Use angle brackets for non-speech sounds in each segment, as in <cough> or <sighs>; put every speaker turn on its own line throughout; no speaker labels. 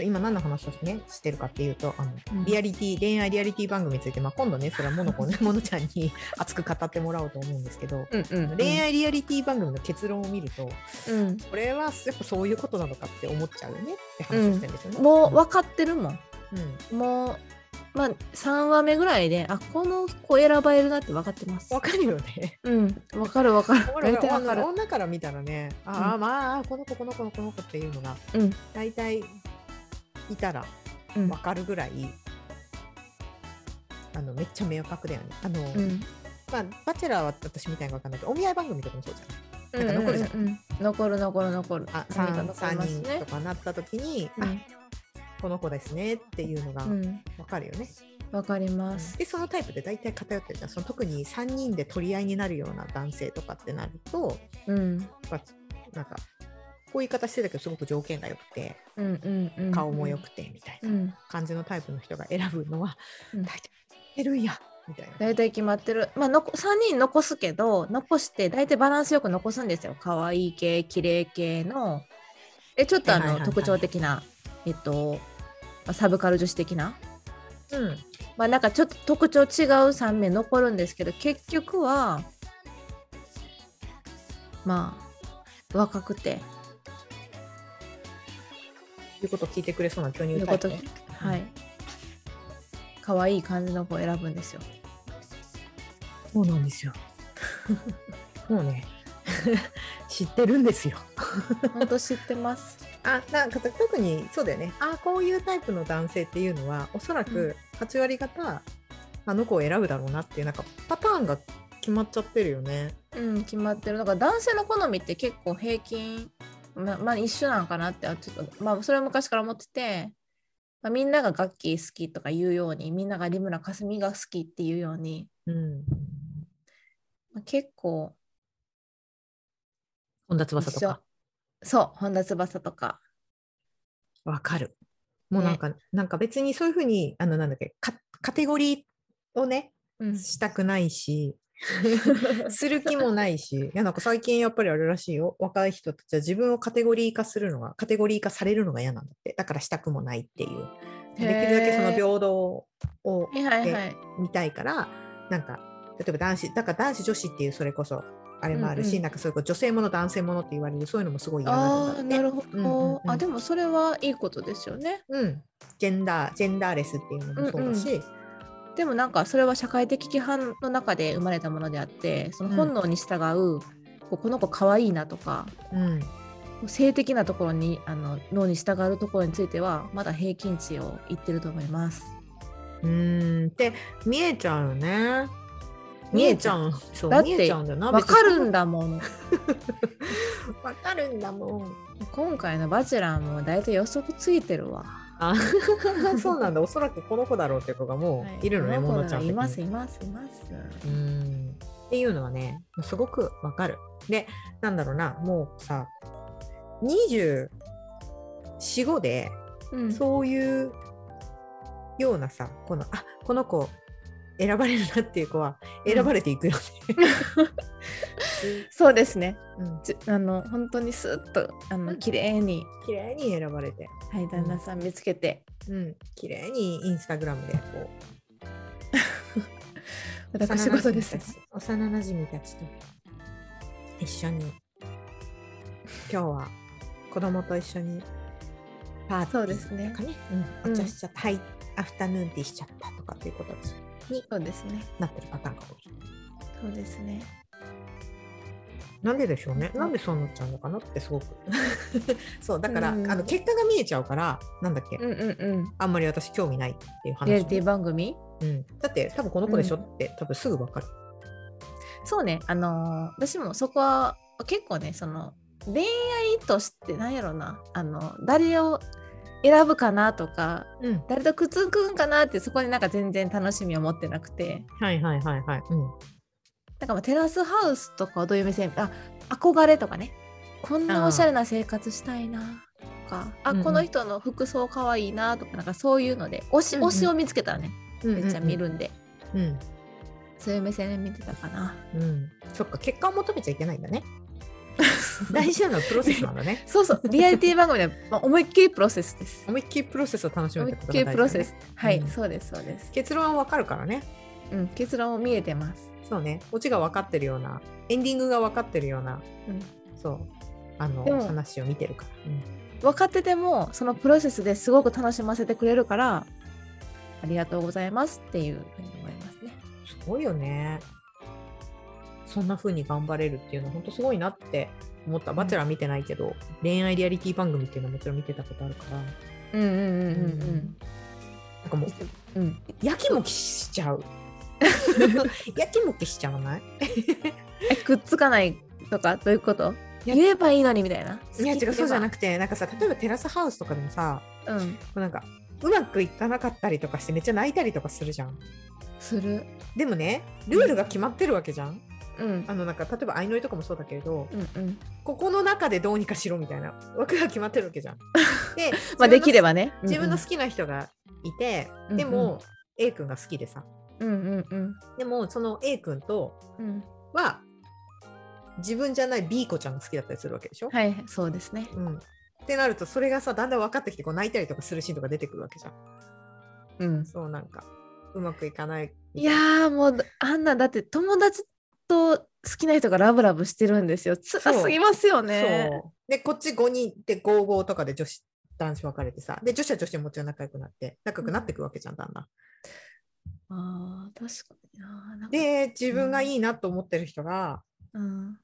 今何の話をして,、ね、してるかっていうとあの、
うん
リアリティ恋愛リアリティ番組について、まあ、今度ねそれはモノコ
<laughs>
ねモノちゃんに熱く語ってもらおうと思うんですけど、
うんうん
恋愛リアリティ番組の結論を見ると
うん
これはやっぱそういうことなのかって思っちゃうよねって話をしてるんですよね。
もう分かってるもん
うん
<laughs> もうまあ3話目ぐらいであこの子選ばれるなって分かってます
わかるよね。
うん分かる分かる
わかる <laughs>
大体分かる
女から見たらね、ああ、まあ、この子、この子、この子っていうのが、
うん
大体いたら
うん
わかるぐらい、あのめっちゃ迷惑だよね。あの、
うん
まあ、バチェラーは私みたいにわかんないけど、お見合い番組とかもそうじゃない。
う
なん
ん
か残るじゃん
うんうんうん残る残る残る
あ
何
三
か残り
三
ます
人
ね
とかなった時に、
う
あ
ん
この子ですねっていうのが
うん
わかるよね。
わかります
でそのタイプって大体偏ってるじゃんその特に3人で取り合いになるような男性とかってなると
うん
まあなんかこういう形してたけどすごく条件が良くて
うんうんうん
顔も良くてみたいうなん感じのタイプの人が選ぶのは
うん
大体いるんやみたいな。
大体決まってる、まあ、残3人残すけど残して大体バランスよく残すんですよ可愛い系綺麗系のえちょっとあ
はいはい
の
はい
特徴的なえっとまあサブカル女子的な
うん
まあなんかちょっと特徴違う3名残るんですけど結局はまあ若くて
いうことを聞いてくれそうな巨乳
い
タ
うこ
イプ
と
ね。
はい可愛い感じの子を選ぶんですよ
そうなんです <laughs> よ。もうね <laughs> 知ってるんですよ。
本当知ってます
あなんか特にそうだよねあこういうタイプの男性っていうのはおそら
う
く8割方あの子を選ぶだろうなっていうなんかパターンが決まっちゃってるよね。
うん、決まってる。だから男性の好みって結構平均、ままあ一緒なんかなって、あちょっと、まあそれは昔から思ってて、まあ、みんながガッキー好きとか言うように、みんなが有村架純が好きっていうように、
うん、
まあ、結構
本田翼と
一緒
か。
そう、本田翼とか。
わかる。もうなんか、なんか別にそういうふうにあのなんだっけカカテゴリーをね
う
<laughs>
ん、
したくないし。する気もないし、いやなんか最近やっぱりあるらしいよ、若い人たちは自分をカテゴリー化するのが、カテゴリー化されるのが嫌なんだって、だからしたくもないっていう、できるだけその平等を
はいはいはい。
見たいから、なんか、例えば男子、だから男子女子っていうそれこそ、あれもあるし、
うんうん
なんかそういう女性もの男性ものって言われる、そういうのもすごい嫌な
あ
んだ
あ、
っ
な
て。
るほど、
うんうんうん
あ、でもそれはいいことですよね。
うん、ジェンダー、ジェンダーレスっていうのもそうだし、
でもなんかそれは社会的規範の中で生まれたものであって、その本能に従う、こうこの子可愛いなとか、
うん、
性的なところにあの脳に従うところについてはまだ平均値をいってると思います。
うーんって見えちゃうよね。見
見
え
え
ち
ち
ゃ
ゃ
う。そう
だって
見えちゃうんだよな。
わかるんだもの。
別にわかるんだもん。
今回の「バチェラー」も大体予測ついてるわ。
あ <laughs> そうなんだ。おそらくこの子だろうっていう子がもういるのね、
はい
ものちゃん的
こ子
に。
いますいますいます。
うーん。っていうのはね、すごくわかる。で、なんだろうな、もうさ、24、5で、
うん
そういうようなさ、この、あこの子、選ばれるなっていう子は、
うん
選ばれていくよね。
そうですね。
うん。
じあの本当にスッとあの綺麗に、
<laughs> 綺麗に選ばれて。
はい、旦那さん見つけて、
うん、綺麗にインスタグラムでこう
私事です
幼馴染た。ち幼なじみたちと一緒に今日は子供と一緒にパーティー
そうですね
とかね、うん、お茶しちゃった、はいアフタヌーンティーしちゃったとかっていうことに
そうですね。
なってるパターンが多い
そうですね。
なんででしょうねなんでそうなっちゃうのかなって
<laughs>
すごくそうだから、
うん
あの結果が見えちゃうからなんだっけ、
うんうんうん。
あんまり私興味ないっていう話
リアリティ番組
うん、だって多分この子でしょ
うん
って、多分すぐ分かる。
そうね、あのー私もそこは結構ね、その恋愛としてなんやろな、あの誰を選ぶかなとか、
うん、
誰とくっつくんかなってそこになんか全然楽しみを持ってなくて、
はいはいはいはい。うん、
なんかまあテラスハウスとかはどういう目線、あ憧れとかね、こんなおしゃれな生活したいな。とかあ
うんうん
この人の服装かわいいなとかなんかそういうので推し,、
うんうん
推しを見つけたらねめっちゃ見。るんで、
うん、
そういう目線で見てたかな
<laughs> うん、そっか、結果を求めちゃいけないんだね。大事なのはプロセスなんだね。
そうそう、リアリティ番組では、まあ、思いっきりプロセスです。
<laughs> 思いっきりプロセスを楽しむ
思
って
いっ
こと
きり
が大事だ
プロ
ね
セス。はい、
うん
そうです、そうです。
結論はわかるからね。
うん、結論を見えてます。
そうね。オチが分かってるような、エンディングが分かってるような、
うん
そう、あの
でも
話を見てるから。うん
分かってても、そのプロセスですごく楽しませてくれるから、ありがとうございますっていうふうに思いますね。
すごいよね。そんな風に頑張れるっていうのは本当すごいなって思った。バチェラー見てないけど、恋愛リアリティ番組っていうのはもちろん見てたことあるから、
うんうんうん
なんかもう
うんうん。うん、
やきもきしちゃう。 <laughs> やきもきしちゃわない
えくっつかないとかどういうこと
いや
言えばいいのにみたいな。
いや違うそうじゃな
く
くてなんかさ例えばテラスハウスとかでもさ
て。うん。
こうなんかうまくいかなかったりとかしてめっちゃ泣いたりとかするじゃん。
する。
でもねルールが決まってるわけじゃん。
うん。
あのなんか例えば相乗りとかもそうだけれど
うんうん。
ここの中でどうにかしろみたいな枠が決まってるわけじゃ
<laughs>
ん。で
まあできれ
ば
ばね。
自分の好きな人がいて、
うん
でも A 君が好きでさ
うんうんうん
でもその A 君と
うん。うん。
は自分じゃない B 子ちゃんが好きだったりするわけでしょ、
はい、そうですね。
うん、ってなるとそれがさだんだん分かってきてこう泣いたりとかするシーンとか出てくるわけじゃん
うん。
そうなんかうまくいかない
いやーもうあんなだって友達と好きな人がラブラブしてるんですよ。つら
そう
すぎますよ
そう
ね。
でこっち5人で55とかで女子男子別れてさで女子は女子でもちろん仲良くなって仲良くなっていくわけじゃんだんだん
ああ確かにななんか、
で自分がいいなと思ってる人が、
うん、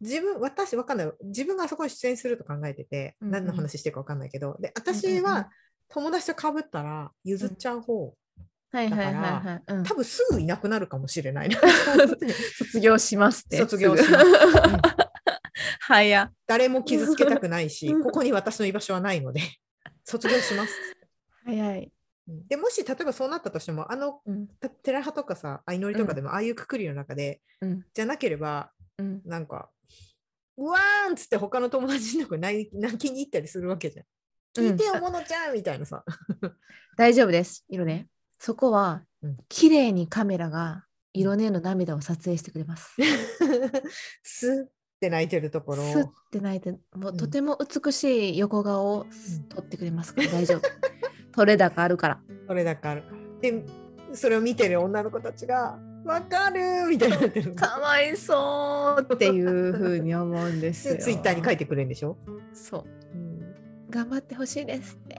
自分私わかんない自分があそこに出演すると考えてて、
うんうん
何の話してるかわかんないけどで
うんう
私
ん
は友達とかぶったら譲っちゃう方、
はいはいはい
だか
はい。うん
多分すぐいなくなるかもしれない <laughs>
<laughs>
な
卒業しますって。
卒業し
す <laughs>
ま
ぐ、
すうん
はいや。
誰も傷つけたくないし
うん
ここに私の居場所はないので卒業します
早
う
い。
んでもし例えばそうなったとしてもあの
うん
たテラハとかさ相乗りとかでも、ああいうくくりの中で
うん
じゃなければ
うん。
なんかうわーんっつって他の友達のとこ泣い <laughs> 泣きに行ったりするわけじゃん聞いてよ、ものちゃんみたいなさ。 <laughs>
大丈夫です。色ね。そこは
うん
綺麗にカメラが色ねの涙を撮影してくれます。
スッって泣いてるところ
スッて泣いて、も
う
うんとても美しい横顔を撮ってくれますから大丈夫。撮れ高あるから。
それだからでそれを見てる女の子たちが「わかる!」みたいになってる
<laughs> かわいそうっていうふうに思うんですよ。
でツイッターに書いてくれるんでしょ、
そう。
うん
頑張ってほしいですって。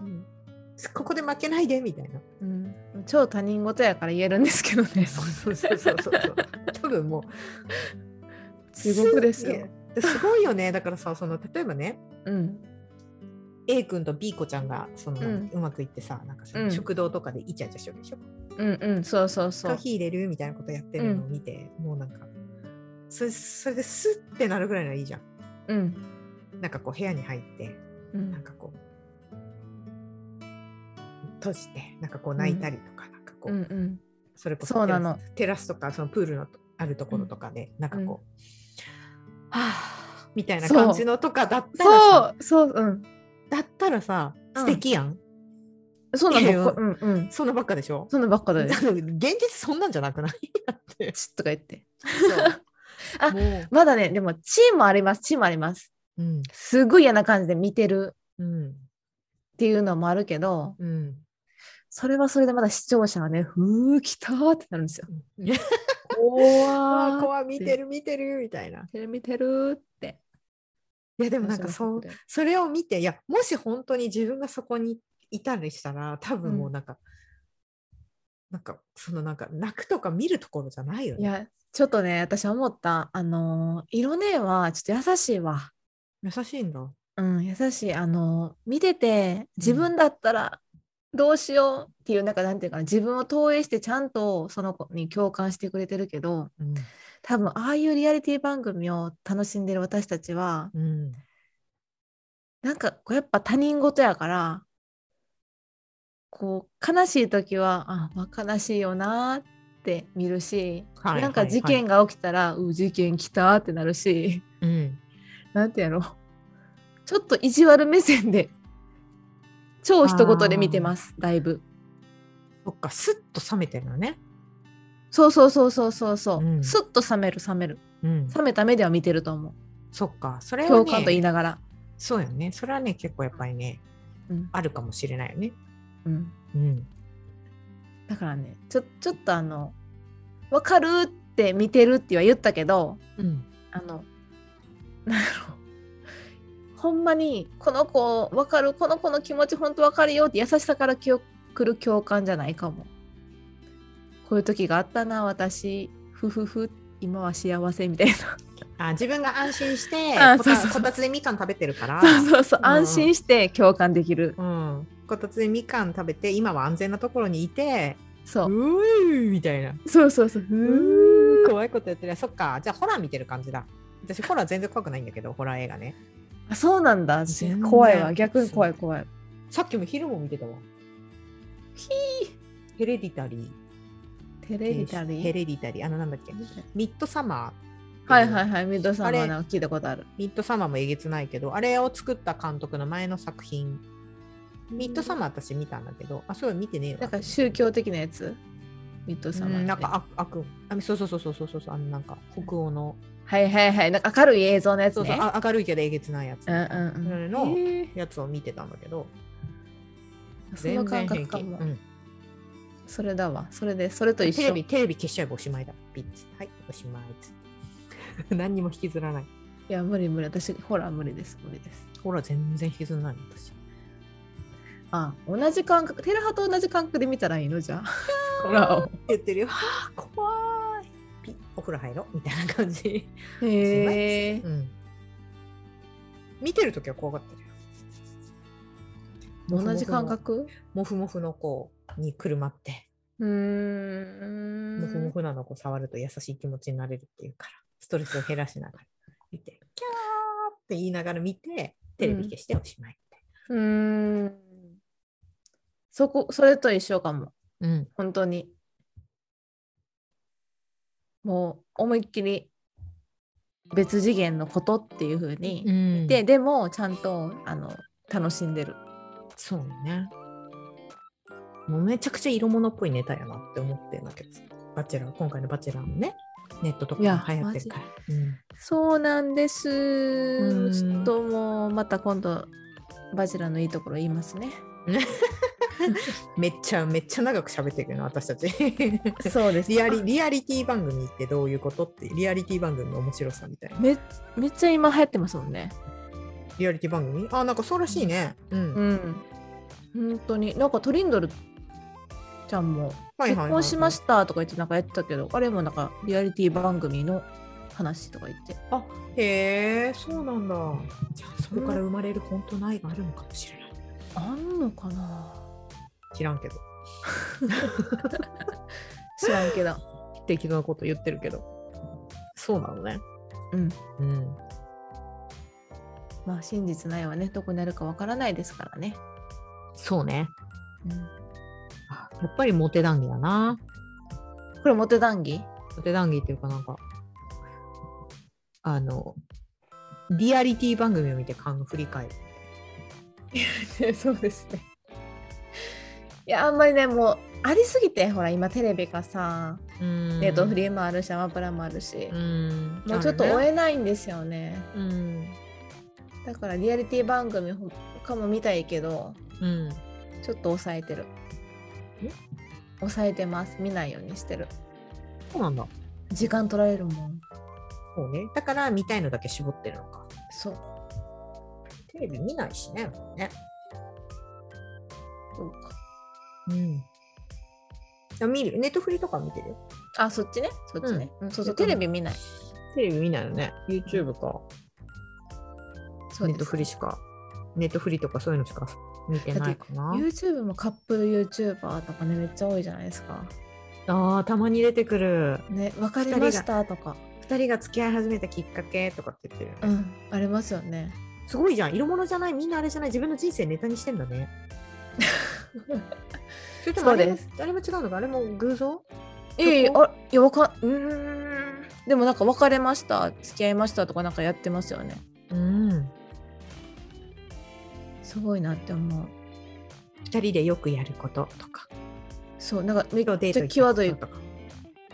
ここで負けないでみたいな
うん、超他人事やから言えるんですけどね。
<laughs> そうそうそうそうそう <laughs> 多分もう
地獄ですよ。
すすごいよねだからさその例えばね
うん。
A 君と B 子ちゃんがその、
う
うんまくいってさなんかさ、
うん
食堂とかでイチャイチャしてるでしょ
うんうん、そうそうそ
コー
う。
ヒー入れるみたいなことやってるのを見て、もうなんかそれそれでスッてなるぐらいならいいじゃん
うん。
なんかこう部屋に入って
う
なん
ん。
かこう閉じてなんかこう泣いたりとか、なんかこ
う
う、
んうん。
それこそ
そうなの。
テラステラスとかそのプールのとあるところとかで、なんかこう、はあ <sighs> みたいな感じのとかだったら
そ
さ
う、そう、うん。
だったらさ
う
素
ん
敵やん、
そうない
や
の、こうんうん。
そんなばっかでしょ
そんなばっか
だ
だ
って
<laughs> ね。
現実そんなんじゃなくないだって
チッとか言って。
そう
あ
もう
まだね、でもチームあります、チームあります。
うん
すごい嫌な感じで見てる
うん
っていうのもあるけど、
うん
それはそれでまだ視聴者がね、ふー、来たーってなるんですよ。
うん
<laughs> 怖
あ
ー。
子は見てる見てるみたいな。
テレビ見てるーって。
いやでもなんかそうそれを見ていやもし本当に自分がそこにいたりしたら多分もうなんか、なんかそのなんか泣くとか見るところじゃないよ
い
ね。
や、ちょっとね、私思った、あのー、色ねはちょっと優しいわ。
優しいんだ。
うん、優しい。あの、見てて、自分だったらどうしようっていう、なんか、なんていうかな、自分を投影して、ちゃんとその子に共感してくれてるけど、
うん
多分、ああいうリアリティ番組を楽しんでる私たちは、
うん、
なんか、こうやっぱ他人事やから、こう、悲しい時は、あ、まあ、悲しいよなーって見るし、
はい
なんか
はい
事件が起きたら、う、事件来たーってなるし、
うん、
なんてやろうちょっと意地悪目線で超一言で見てますだいぶ
そっかスッと冷めてるのね。
そうそうそうそうそうそう、
うん
スッと冷める冷める
うん、
冷めた目では見てると思う
そっか。それは
共感と言い
ね、
ながら。
そうよね。それはね、結構やっぱりね、
うん
あるかもしれないよね。
うん、
うん。
だからねちょちょっとあの「わかる?」って見てるっては言ったけど
うん。
あのなんだろうほんまにこの子わかるこの子の気持ち本当わかるよって優しさからきょ来る共感じゃないかもこういう時があったな私ふふふ今は幸せみたい
あ自分が安心して
<laughs> あ
こた
そうそう
こたつでみかん食べてるから
なそうそうそう
うんうん
安心して共感できる
うん、こたつでみかん食べて今は安全なところにいてう
そう
ーみたいな
そうそうそう
う
うー
ー怖いことやってるそっかじゃあホラー見てる感じだ私ホラー全然怖くないんだけどホラー映画ね
あそうなんだ
全然
怖いわ逆に怖い
そう
怖い
さっきも昼も見てたわ
ひ
ヘレディタリー
テレビタリ
ヘ
ー
レディタリーあのなんだっけミッドサマー
はいはい
い
はい、ミッドサマ
あれ
ーなんか聞いたことある。
ミッドサマーもえげつないけどあれを作った監督の前の作品ミッドサマー私見たんだけどあそういえば見てねえわ
なんか宗教的なやつミッドサマーっ
う
て。
んなんか悪悪あそうそうそうそうそうそうあのなんか北欧の
はいはいはい、なんか明るい映像のやつ
そうそう、
ね。
あ明るいけどえげつないやつ、
うんうんうん。
の
へえ
やつを見てたんだけど
その感覚か
全
も
然。平気
それだわ。それで、それと
うん、
一
テレ
緒
ビ。テレビ消しちゃえばおしまいだピッつってはいおしまいっつって <laughs> 何にも引きずらない
いや、無理無理。私、ホラー無理です。無理です。
ほら全然引きずらないの私
あ、同じ感覚、テレハと同じ感覚で見たらいいのじ
<laughs>
ゃあ。ホラーを。
言ってるよはあ怖いピッお風呂入ろうみたいな感じ、
へえ
う。ん、見てる時は怖かったよ
同じ感覚
モフモフの子にくるまって
う
モフモ
ーん。
フなのこう触ると優しい気持ちになれるっていうから、ストレスを減らしながら見て、キャーって言いながら見て、テレビ消しておしまいみたいう
ーん。そこ、それと一緒かも。
な。うん。
本当に。もう思いっきり別次元のことっていう風に、で
で、
でもちゃんとあの楽しんでる。
そうね。もうめちゃくちゃ色物っぽいネタやなって思ってんだけどさ、バチェラー、今回のバチェラーもね、ネットとか
いや
も流行ってるから。うん
そうなんです。
ん
ちょっともうまた今度バジラのいいところ言いますね。
めっちゃめっちゃ長く喋ってるけどな、私たち。 <laughs>
そうです
リアリリアリティ番組ってどういうことって、リアリティ番組の面白さみたいな。
めめっちゃ今流行ってますもんね。
リアリティ番組あ、なんかそうらしいね。うん
うん。本当になんかトリンドルちゃんも
はいは
結
いはい
婚しましたとか言ってなんかやってたけど、あれもなんかリアリティ番組の話とか言って。
あへえそうなんだじゃあそこから生まれる本当の愛があるのかもしれない
あんのかな
知らんけど
知らんけど。
適当なこと言ってるけどそうなのね
うん。
うん
まあ真実ないはね、どこになるかわからないですからね。
そうね
うん、
あやっぱりモテ談義だな
これモテ談義
モテ談義っていうかなんかあのリアリティ番組を見て勘を振り返る
<laughs> そうですね。いや、あんまりね、もうありすぎて、ほら、今テレビがさ、
うん
ネットフリーもあるし、アマプラもあるし、
うん
もうちょっと
ある
追
ね
えないんですよね。
うん
だからリアリティ番組ほかも見たいけど、
うん
ちょっと抑えてる
え。
抑えてます。見ないようにしてる。
そうなんだ
時間取られるもん。
そうねだから見たいのだけ絞ってるのか
そう。
テレビ見ないしねね
そうか
うん。あ見るネットフリとか見てる
あ、そっちね。そっちね。うん、そうそう。テレビ見ない。
テレビ見ないよね。YouTube か、
そう
ネッ
です
トフリしか、ネットフリとかそういうのしか見てないかな。
YouTube もカップル YouTuber とかねめっちゃ多いじゃないですか。
ああ、たまに出てくる。
ね別れましたとか、
2人が付き合い始めたきっかけとかって言ってるよね、
うん、ありますよね。
すごいじゃん。色物じゃない、みんなあれじゃない、自分の人生ネタにしてんだ <laughs> ね。それともあれ
そう
も
で
あれも違うのか、あれも偶像
いやいやあいやわかんうーんでもなんか別れました付き合いましたとかなんかやってますよね。
うん。
すごいなって思う。
2人でよくやることとか、
そうなんかめっ
今日デー
ち
ト行
ゃ
った
際どい
とか。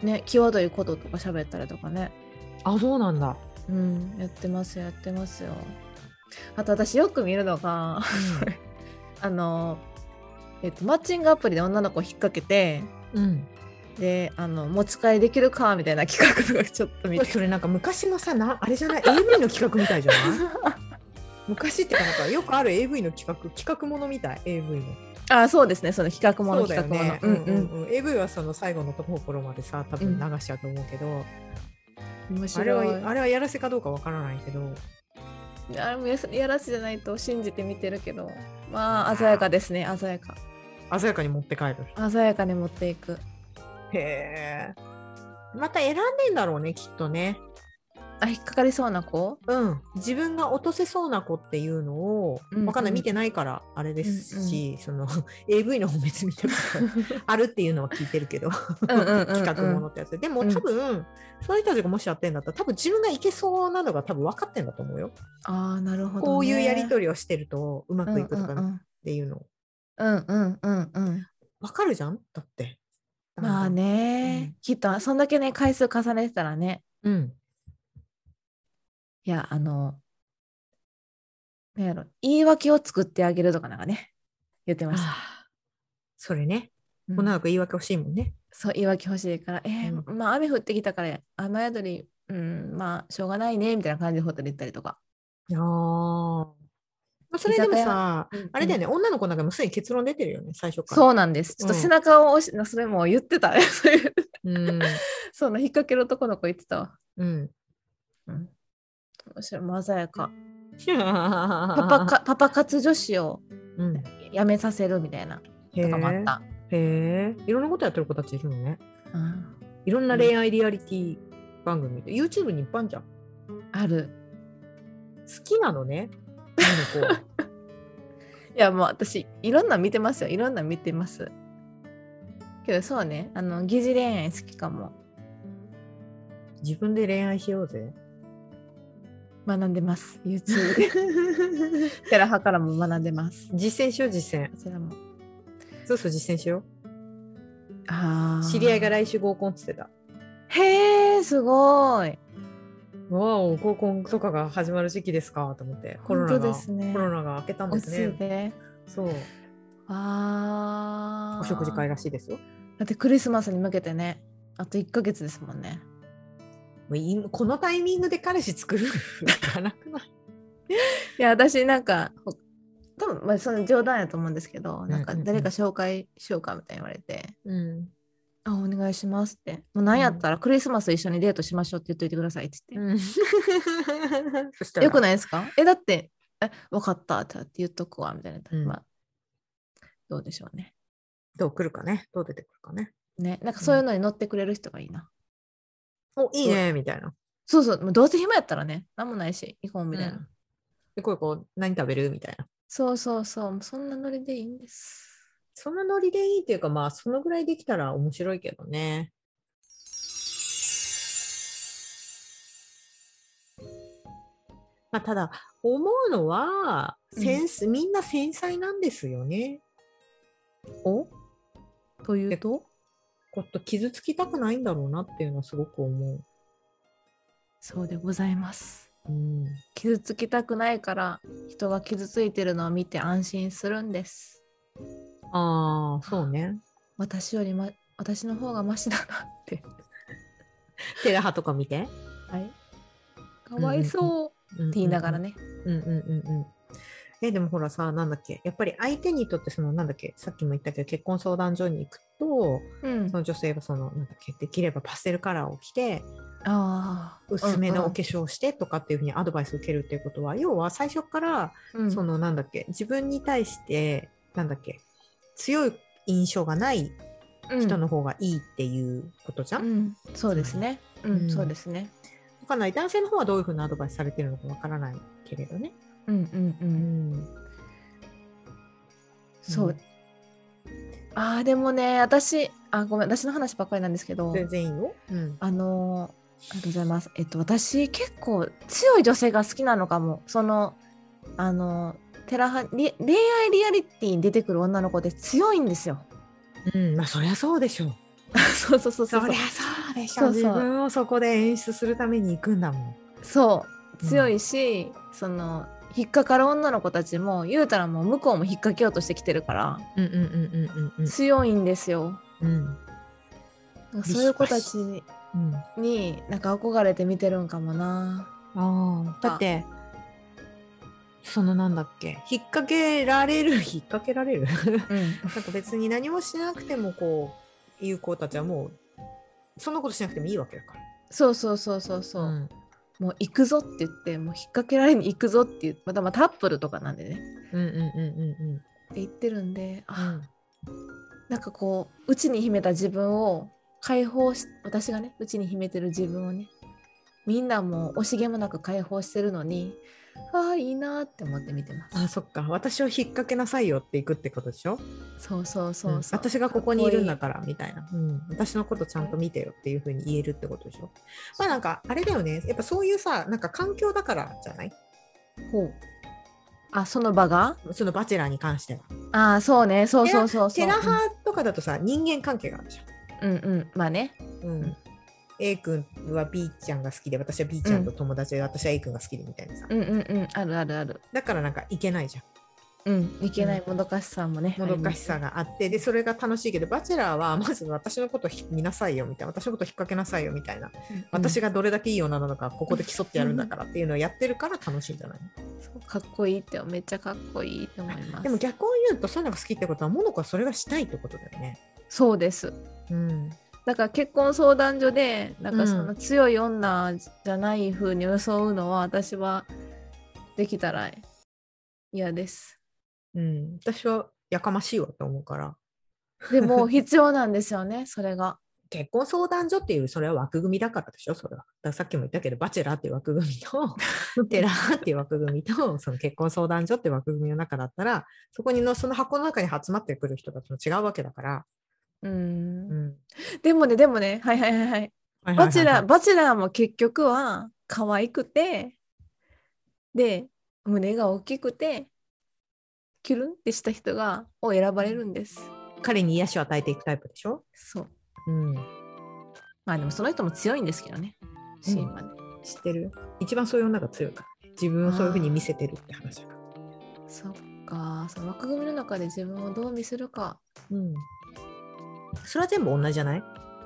ね際どいこととか喋ったりとかね。
あ、そうなんだ。
うん、やってますやってますよ。あと私よく見るのが <laughs> あの、えっと、マッチングアプリで女の子を引っ掛けて
うん、
であの持ち帰りできるかみたいな企画とかちょっと見て
それなんか昔のさなあれじゃない AV の企画みたい <laughs> じゃない昔ってかなんかよくある AV の企画企画ものみたい AV の
あそうですねその企画も
そ
の
うだよ
企画も
ね、
のう
うんんうんうん、AV はその最後のところまでさ多分流しちゃうと思うけど、
うん面
あれ
白い
はあれはやらせかどうかわからないけど
あれもやすやらせじゃないと信じて見てるけどまあ鮮やかですね鮮やか
鮮やかに持って帰る
鮮やかに持っていく
へえまた選んでんだろうねきっとね
あ引っかかりそうな子
うん自分が落とせそうな子っていうのを、
うんうん
わかんない見てないからあれですし、その <laughs> AV の方別見て
<laughs>
もあるっていうのは聞いてるけど
うんうんうんうん
<laughs> 企画ものってやつでも
うん
多分、そういう人たちがもしやってんだったら多分自分がいけそうなのが多分分かってんだと思うよ
ああなるほど、ね、
こういうやり
り
取りをしてるとうまくいくとかっていうの
うんうんうんうん
分かるじゃんだって
まあね、
うん
きっとそんだけね回数重ねてたらね
うん
いやあのなんやろ言い訳を作ってあげるとかなんかね言ってました、
あーそれね
うん
女の子言い訳欲しいもんね、
そう言い訳欲しいからえーまあ雨降ってきたから雨宿りうんまあしょうがないねみたいな感じでホテル行ったりとか、
いやーまあそれでも
居酒
さあれだよね、
ね
女の子なんかもうすでに結論出てるよね最初から
そうなんですちょっと
うん
背中を押し、それも言ってた <laughs> そういう
うん、
その引っ掛ける男の子言ってたわ
うん、
うん面白いもう鮮やかパ
パ
パかパパ活女子を
<laughs> うん、へ
やめさせるみたいなとかもあっ
え
た、
へえいろんなことやってる子たちいるのね
うん、
いろんな恋愛リアリティ番組、YouTube にいっぱいあんじゃん。好
ある
きなのね。女の子
<laughs>
は
いやもう私いろんなの見てますよいろんなの見てますけどそうねあの疑似恋愛好きかも
自分で恋愛しよう
<laughs>
ぜ。
学んでます YouTube
<laughs>
でテラハからも学んでます
実践しよう、実践。
こちらも
そうそう、実践しよ
あ
う。
ー
知り合いが来週合コンっつってた。
へえすごい
わお、合コンとかが始まる時期ですかと思って。コロ
本
ナ
当で
が、
すね
コロナが明けたん
お
です
酢
ね。
で
そう。
あー
お食事会らしいですよ。も
だってクリスマスに向けてねあと1ヶ月ですもんね
う今このタイミングで彼氏作るかなくない
いや私なんかほ多分まあその冗談やと思うんですけど、
ん
なんか誰か紹介しようかみたいに言われて、
うん。
あ、お願いしますって。もうなんやったらクリスマス一緒にデートしましょうって言っといてくださいって言
<laughs>
って。
そしたら
よくないですかえ、だって、え、わかったって言っとくわ、みたいな。
うん
まあ、どうでしょうね。
どう来るかね。どう出てくるかね。
ね、なんかそういうのに乗ってくれる人がいいな。
お、いいね、みたいな。
そうそう、もうどうせ暇やったらね、なんもないし、行こうみたいな。
うんで、こうこう、何食べるみたいな。
そうそうそう、もうそんなノリでいいんです。
そのノリでいいっていうか、まあ、そのぐらいできたら面白いけどね。まあ、ただ、思うのは、センス、みんな繊細なんですよね。
おというと
こと傷つきたくないんだろうなっていうのはすごく思う。
そうでございます。
うん、
傷つきたくないから、人が傷ついてるのを見て安心するんです。
ああ、そうね。
私より、ま、私の方がマシだな <laughs> って。
テラハとか見て。
はい。かわいそうって
うんうんうん
言いながらね。
うんうんうんうん。えでもほらさなんだっけやっぱり相手にとってそのなんだっけさっきも言ったけど結婚相談所に行くと
うん
その女性がそのなんだっけできればパステルカラーを着て
ああ。
薄めのお化粧をしてとかっていうふうにアドバイスを受けるっていうことは、要は最初から
うんうん
そのなんだっけ自分に対してなんだっけ強い印象がない人。の方がいいっていうことじゃ、
うんんうんそうですね。う、
うんん
そうですね。
わかんない男性の方はどういうふうなアドバイスされてるのかわからないけれどね。
うんうんう。
うんん、。
そううんああ、でもね、私、あ、ごめん、私の話ばっかりなんですけど、
全然いいよ。うん、
あのー、ありがとうございます。えっと、私、結構強い女性が好きなのかも。その、あのー、テラハリ恋愛リアリティに出てくる女の子で強いんですよ。 <laughs>
うん、まあそりゃそうでしょう。
そうそうそうそう。
そりゃそうでし
そ
ょ
うそう
自分をそこで演出するために行くんだもん
そう強いし、その引っかかる女の子たちも言うたらもう向こうも引っ掛けようとしてきてるから
うんうんうんうんうん
強いんですよ。
うん
なんかそういう子たちに
うん
になんか憧れて見てるんかもな。
ああだってそのなんだっけ引っ掛けられる引っ掛けられ
<laughs>
る
うん、
なんか別に何もしなくてもこういう子たちはもうそんなことしなくてもいいわけだから。
そうそうそうそうそう、
ん
もう行くぞって言ってもう引っ掛けられに行くぞっていうまたまあタップルとかなんでね
うんうんうんうんうん
って言ってるんであ、
うん
なんかこう内に秘めた自分を解放し私がね内に秘めてる自分をねみんなもう惜しげもなく解放してるのにああいいなーって思って見てます
あそっか私を引っ掛けなさいよっていくってことでしょ
そうそうそううんそう
私がここにいるんだ
か
からみたいなうん、私のことちゃんと見てよっていうふうに言えるってことでしょまあなんかあれだよねやっぱそういうさなんか環境だからじゃない
っこいいほうあその場が
そのバチェラーに関しては
ああそうねそうそうそうそ
テ
う
ラハとかだとさ人間関係があるじ
うんうんうんまあね
ゃん、うん A 君は B ちゃんが好きで私は B ちゃんと友達で、私は A 君が好きでみたいなさ
うんうんうんあるあるある
だからなんかいけないじゃん
うんいけないもどかしさもね、
もどかしさがあってでそれが楽しいけどバチェラーはまず私のことひ見なさいよみたいな私のこと引っ掛けなさいよみたいな、
あります、
私
が
がどれだけいい女なのかここで競ってやるんだからっていうのをやってるから楽しいんじゃない
かっこいいってめっちゃかっこいいと思います
でも逆を言うとそういうのが好きってことはモノコはそれがしたいってことだよね。
そうです
うん、
だから結婚相談所でなん
う
か
ん
その強い女じゃない風に装うのは私はできたら嫌 <laughs> です。
うん、私はやかましいわと思うから
でも必要なんですよねそれが。
結婚相談所っていうそれは枠組みだからでしょそれはだからさっきも言ったけどバチェラーっていう枠組み
<laughs>
とテラーっていう枠組みとその結婚相談所っていう枠組みの中だったらそこにのその箱の中に集まってくる人たちも違うわけだから、
う
うんん、
でもねでもねはいはいはいはい。バチェラー
ー
バチェラーも結局は可愛くてで胸が大きくてキュルンってした人がを選ばれるんです。
彼に癒しを与えていくタイプでしょ、
そう
うん、
まあでもその人も強いんですけどねシーンはね。
知ってる一番そういう女が強いから自分をそういうふうに見せてるって話だから、
そっか、その枠組みの中で自分をどう見せるか
うん、それは全部同じじゃない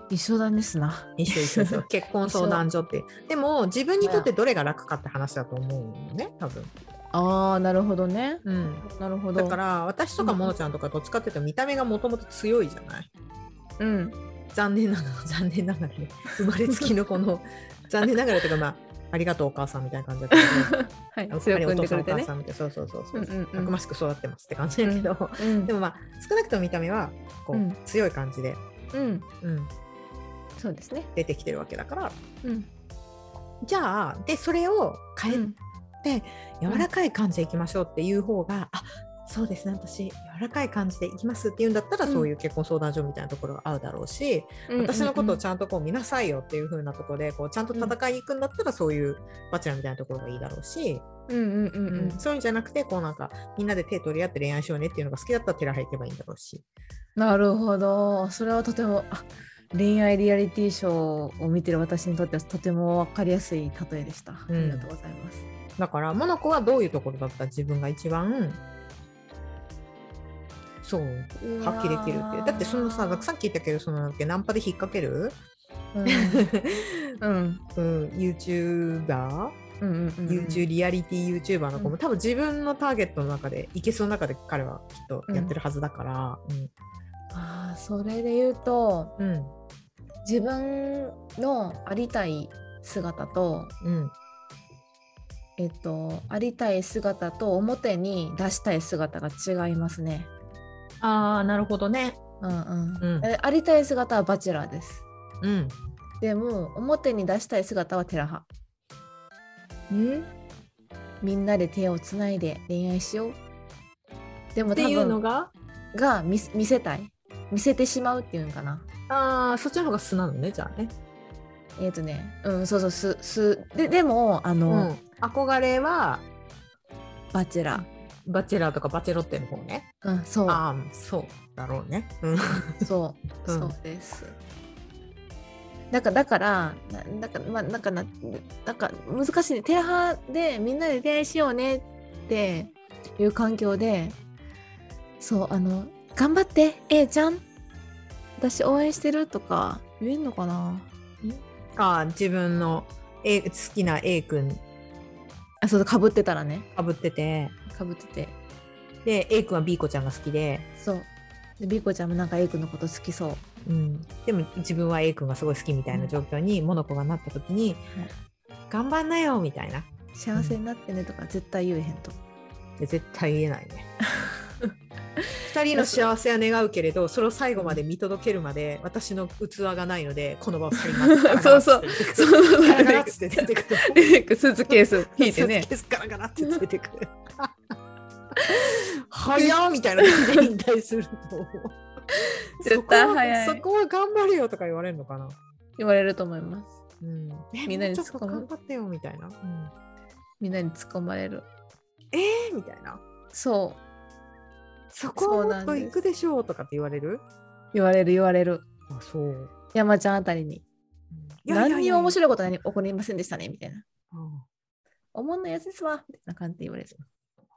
一緒なんですな。
一緒一緒一 <laughs> 緒結婚相談所ってでも自分にとってどれが楽かって話だと思うのね多分、
ああ、なるほどね。
うん、
なるほど。
だから私とか
うん
ものちゃんとかどっちかっていうと見た目がもともと強いじゃない
うん、
残念ながら <laughs> 残念ながらね生まれつきのこの <laughs> 残念ながらというかまあありがとうお母さんみたいな感じだったけど
はい
あ、 <laughs> の
強く
あ
産ん
りがとうお
でく
父さんお母
れてね。
さんみたいなそうそうそうそううん
うんう
たくま
ん
しく育ってますって感じだけど、
うん
でもまあ少なくとも見た目はこう、
うん
強い感じで、
うん、
うん、
そうですね。
出てきてるわけだから
うん、
じゃあでそれを変え
うん、
柔らかい感じでいきましょうっていう方が、あそうですね私柔らかい感じでいきますっていうんだったら、
うん
そういう結婚相談所みたいなところが合うだろうし、私のことをちゃんとこう見なさいよっていう風なところでこうちゃんと戦いに行くんだったら、そういうバチェラーみたいなところがいいだろうし、
うん、うん、うん、うん、うん、
そういうんじゃなくてこうなんかみんなで手取り合って恋愛しようねっていうのが好きだったらテラハ行けばいいんだろうし、
なるほど。それはとても、あ、恋愛リアリティショーを見てる私にとってはとてもわかりやすい例えでした。
うん
ありがとうございます。
だからモノコはどういうところだったら自分が一番そう発揮できるっていうだってそのささっき言ったけどそのなんだっけナンパで引っ掛ける
うん、うん、
うん、YouTuber、
うん、うん、うん、
YouTube リアリティ YouTuber の子
う
も多分自分のターゲットの中でいけそうの中で彼はきっとやってるはずだから、
ああ、それで言うと。
うんうん
自分のありたい姿と、
うん
えっと、ありたい姿と表に出したい姿が違いますね。
ああなるほどね。
うんうん
うん
えありたい姿はバチェラーです。
うん、
でも表に出したい姿はテラハ。
うん、っ
みんなで手をつないで恋愛しよう。でも
て
多
いうの
分
が
が見せ見せたい見せてしまうっていうんかな。
ああそっちの方が素なのねじゃあね。
えっ、とねうんそうそうすすででもあの、
うん憧れは
バチェラ
バチェラーとかバチェロッテの方ね。
ー。うんそう
ああそうだろうね。うん
そう、
うん
そうです。だからだからなだからまあなんかななんか難しいねテレハでみんなで恋愛しようねっていう環境でそうあの「頑張って A ちゃん私応援してる」とか言えんのかな
ああ自分の A 好きな A 君
あそうかぶってたらね
かぶってて
かぶってて
で A 君は B 子ちゃんが好きで、
そうで B 子ちゃんもなんか A 君のこと好きそう
うん、でも自分は A 君がすごい好きみたいな状況にモノコがなった時に「頑張んなよ」みたいな
幸せになってねとか絶対言えへんと
で絶対言えないね。2人の幸せは願うけれどそれを最後まで見届けるまで私の器がないのでこの場を去ります
そうそう
う
うそ
ガラガラっつって出てくる
<laughs> スーツケー <laughs> ス引いてね
スーツケースガラガラって出て
<laughs>
くる早っみたいな感じで引退すると思う
<laughs> 絶対早い
そこはそこは頑張れよとか言われるのかな
言われると思います
うん、え
みんなに
もうちょっと
突っ込む
頑張ってよみたいな、うん
みんなに突っ込まれる
えー、みたいな
そ
そこはもっ
そうな
と
んです
行くでしょうとかって言われる
う言われる言われる
あそう
山ちゃんあたりに
いやいや
何
い
に
や
も面白いこと何起こりませんでしたねみたいな
あ
おもんないやつですわみたいな感じで言われる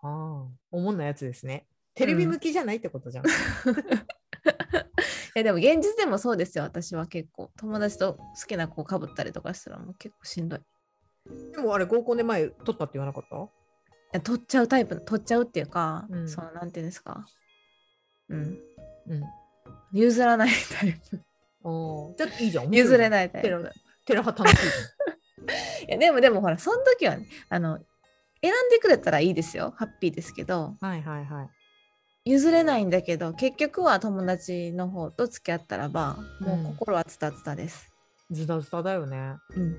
あああおもんなやつですねテレビ向きじゃないってことじ
<laughs>
ゃん、
いやでも現実でもそうですよ私は結構友達と好きな子かぶったりとかしたらもう結構しんどいい
でもあれ合コンで前取ったって言わなかった
や取っちゃうタイプ取っちゃうっていうか、
うん
そのなんていうんですかうん
うん
譲らないタ
<laughs>
イプ
おじゃあいいじゃん
譲れ
い
ないタイプ
テラテラハ楽しいじ
いやでもでもほらその時はねあの選んでくれたらいいですよハッピーですけど <laughs>
ゃんはいはいはい
譲れないんだけど結局は友達の方と付き合ったらばも
ん
う心はツタツタです、
ズタズタだよね
うん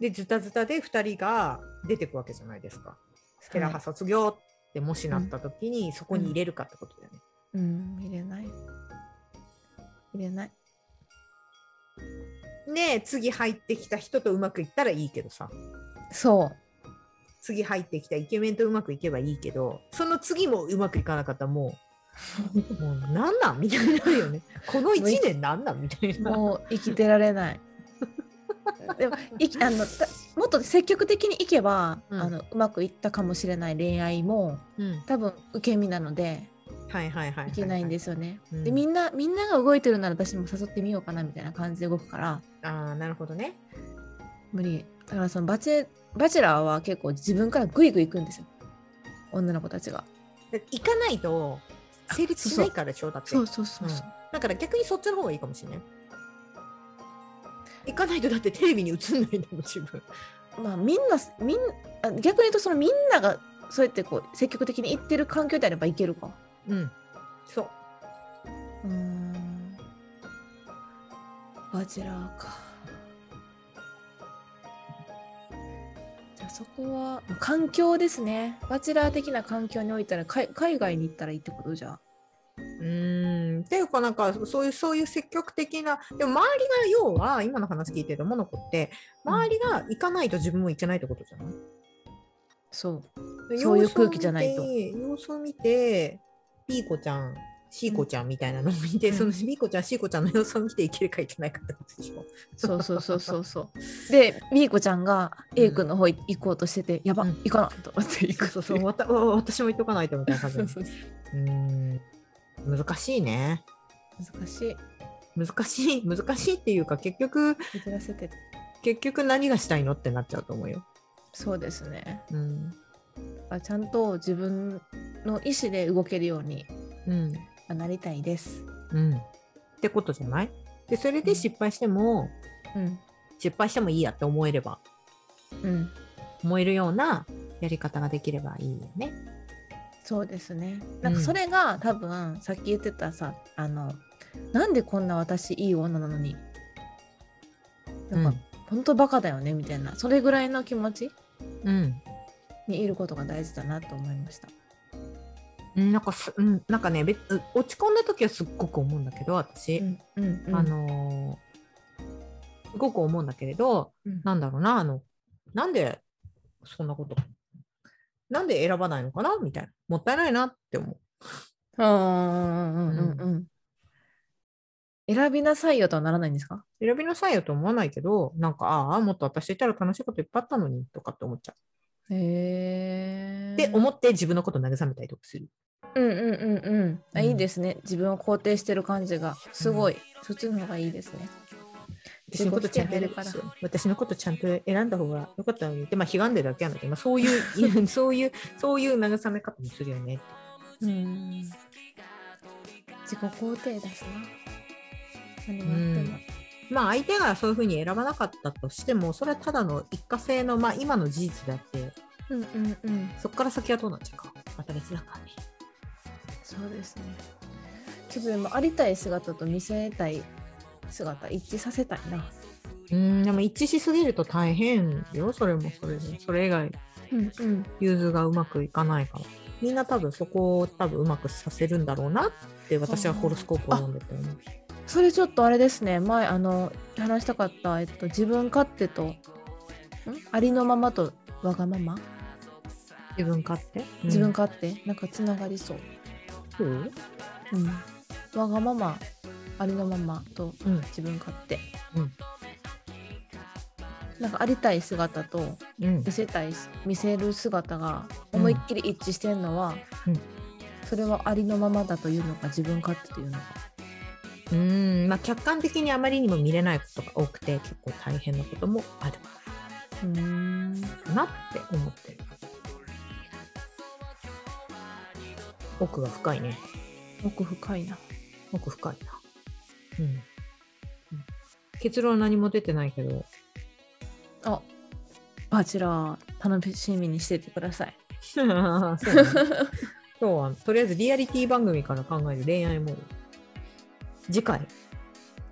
でズタズタで2人が出てくわけじゃないですかテラハ
はい
卒業ってもしなった時にそこに入れるかってことだよね、
うん入れない入れない
で次入ってきた人とうまくいったらいいけどさ
そう
次入ってきたイケメンとうまくいけばいいけどその次もうまくいかなかったらも
<laughs>
うもうなんなんみたいになるよねこの1年なんなんみたいな
もう生きてら
<laughs>
れない。でもいきあのたもっと積極的にいけば、
うん
あのうまくいったかもしれない恋愛も
うん
多分受け身なので
はいはいはい
いけないんですすよね。
うん
でみんなみんなが動いてるなら私も誘ってみようかなみたいな感じで動くから
ああなるほどね
無理だからそのバチェバチェラーは結構自分からグイグイ行くんですよ女の子たちが。
で行かないと成立しないからでしょだって
そうそうそうそう。
だから逆にそっちの方がいいかもしれない行かないとだってテレビに映んないんだもん自分
まあみんなみんあ逆に言うとそのみんながそうやってこう積極的に行ってる環境であればいけるか。
うんそう
うーんバチェラーか。じゃあそこは環境ですね。バチェラー的な環境においたら海海外に行ったらいいってことじゃん。
うーんっていうかなんかそういうそういう積極的なでも周りが要は今の話聞いてるモノコって周りが行かないと自分も行けないってことじゃない、
そう。
で
そういう
様子を
空気じゃないと
見て様子を見て B 子ちゃん C 子ちゃんみたいなのを見て、
うん
その B 子ちゃん C 子ちゃんの様子を見ていけるかいけないかってことでしょ
そうそうそうそう <laughs> そう。で、ミーコちゃんが A 君の方行こうとしてて、やば、
うん
行かなと思って行
そう
く
そうそう
ってい
わたわ私も行っとかないとみたいな感じ <laughs>
そうそう
うーん難しいね
そう難しい。
難しい <laughs> 難しいっていうか結局
譲らせて。
結局何がしたいのってなっちゃうと思うよ、
そうですね。
うん
だからちゃんと自分の意思で動けるように
うん、
なりたいです。
うん、ってことじゃないでそれで失敗しても、
うん。
失敗してもいいやって思えれば
うん。
思えるようなやり方ができればいいよね。
そうですね。なんかそれが、多分さっき言ってたさあのなんでこんな私いい女なのになんか、本当バカだよねみたいなそれぐらいの気持ち
うん、
にいることが大事だなと思いました。
うん、なんかす、うん、なんかね別落ち込んだ時はすっごく思うんだけど私、
うんうんうん
あのーすごく思うんだけれど
うん
なんだろうなあのなんでそんなことなんで選ばないのかなみたいなもったいないなって思う。
うんうんうんうんうん選びなさいよとはならないんですか
選びなさいよと思わないけど、なんか、ああ、もっと私といたら楽しいこといっぱいあったのにとかって思っちゃ
へえ。
う。で、思って自分のこと慰めたりとかする。
うんうんうんうんあ。
うん
いいですね。自分を肯定してる感じが。すごい。そっちの方がいいですね。
私のことちゃんと
自己否定入るから
そう私のことちゃんと選んだ方が良かったのにって、まあ、悲願でだけなんだけど、まあ、そういう <laughs> そういうそういう慰め方もするよね。
うん。自己肯定だしな。何があっても。
まあ、相手がそういうふうに選ばなかったとしてもそれはただの一過性の、まあ、今の事実であって
うんうんうん。
そこから先はどうなっちゃうかまた別だからね。
そうですね。ちょっとでもありたい姿と見せたい姿一致させたいな。
うんでも一致しすぎると大変よそれもそれでそれ以外
うんうん。
融通がうまくいかないからみんな多分そこを多分うまくさせるんだろうなって私はホロスコープを読んでて思う。
それちょっとあれですね。前あの話したかったえっと自分勝手とんありのままとわがまま、
自分勝手
自分勝手なんかつながりそう。
手、うん
うん、わがままありのままと
うん
自分勝手、
うん
なんかありたい姿と
うん
見、せたい見せる姿が思いっきり一致してんのは、
うん
それはありのままだというのか自分勝手というのか
うんまあ客観的にあまりにも見れないことが多くて結構大変なこともある
うーん
かなって思ってる奥が深いね
奥深いな
奥深いなうん、うん、結論は何も出てないけど
あバチェラー楽しみにしててください
<laughs> そうね <laughs> 今日はとりあえずリアリティ番組から考える恋愛モード次回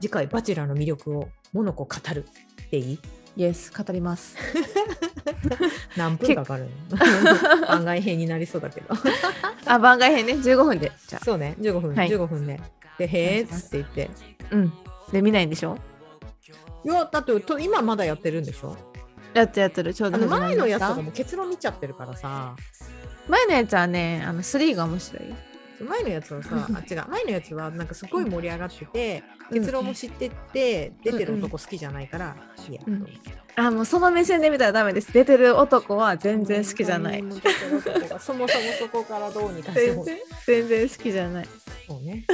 次回「バチェラー」の魅力をモノコ語るっていい
イエス語ります
何分かかる <laughs> の番外編になりそうだけど
<laughs> あ番外編ね15分でじゃ
そうね15分、
はい
15分ねで「へえ」っつって言って
あうんで見ないんでしょ
いやだってと今まだやってるんでしょ
やってやってるちょう
あ
ど
の
始ま
前
りま
のや
し
つと
た
かも結論見ちゃってるからさ
前のやつはねあの3が面白いよ
前のやつはさあ違う前のやつはなんかすごい盛り上がってて結論も知ってて出てる男好きじゃないから、いいやと思って。
あもうその目線で見たらダメです出てる男は全然好きじゃない
そもそもそこからどうにかして
全
ほしい
然全然好きじゃない
そうね。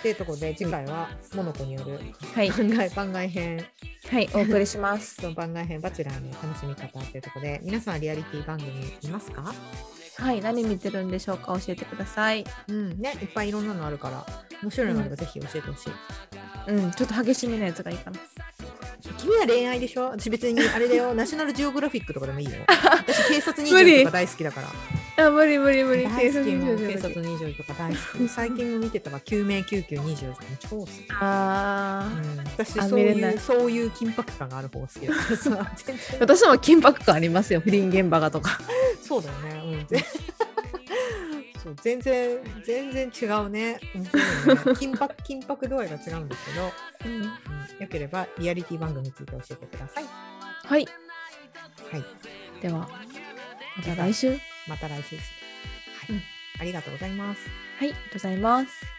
と、いうところで次回はモノコによる
はい
番外番外編
はいお送りします
その番外編バチェラーの楽しみ方というところで皆さんリアリティ番組いますか？
はい何見てるんでしょうか教えてください
うんねいっぱいいろんなのあるから面白いのあればぜひ教えてほしい。
うんちょっと激しめなやつがいいかな
君は恋愛でしょ？私別にあれだ <laughs> よナショナルジオグラフィックとかでもいいよ。私警察20とか大好きだから。
あ無理無理無理
大好きもう
警
警
察
察
に
20とか大好き。最近も見てたわ救命救急20とかも超好き。
あ
うん私
あ
そう
見れ
い
ないう
そういう緊迫感がある方が好きだから <laughs> さ全
ー
然
私も緊迫感ありますよ不倫現場がとか
そうだよね、うん、ぜ <laughs> そう全然全然違うね面白い <laughs> ね緊迫緊迫度合いが違うんですけど、
うん
うん、よければリアリティ番組について教えてください、
はい
はい、
ではまた来週は
また来週です、はい
うん
ありがとうございます
いありがとうございます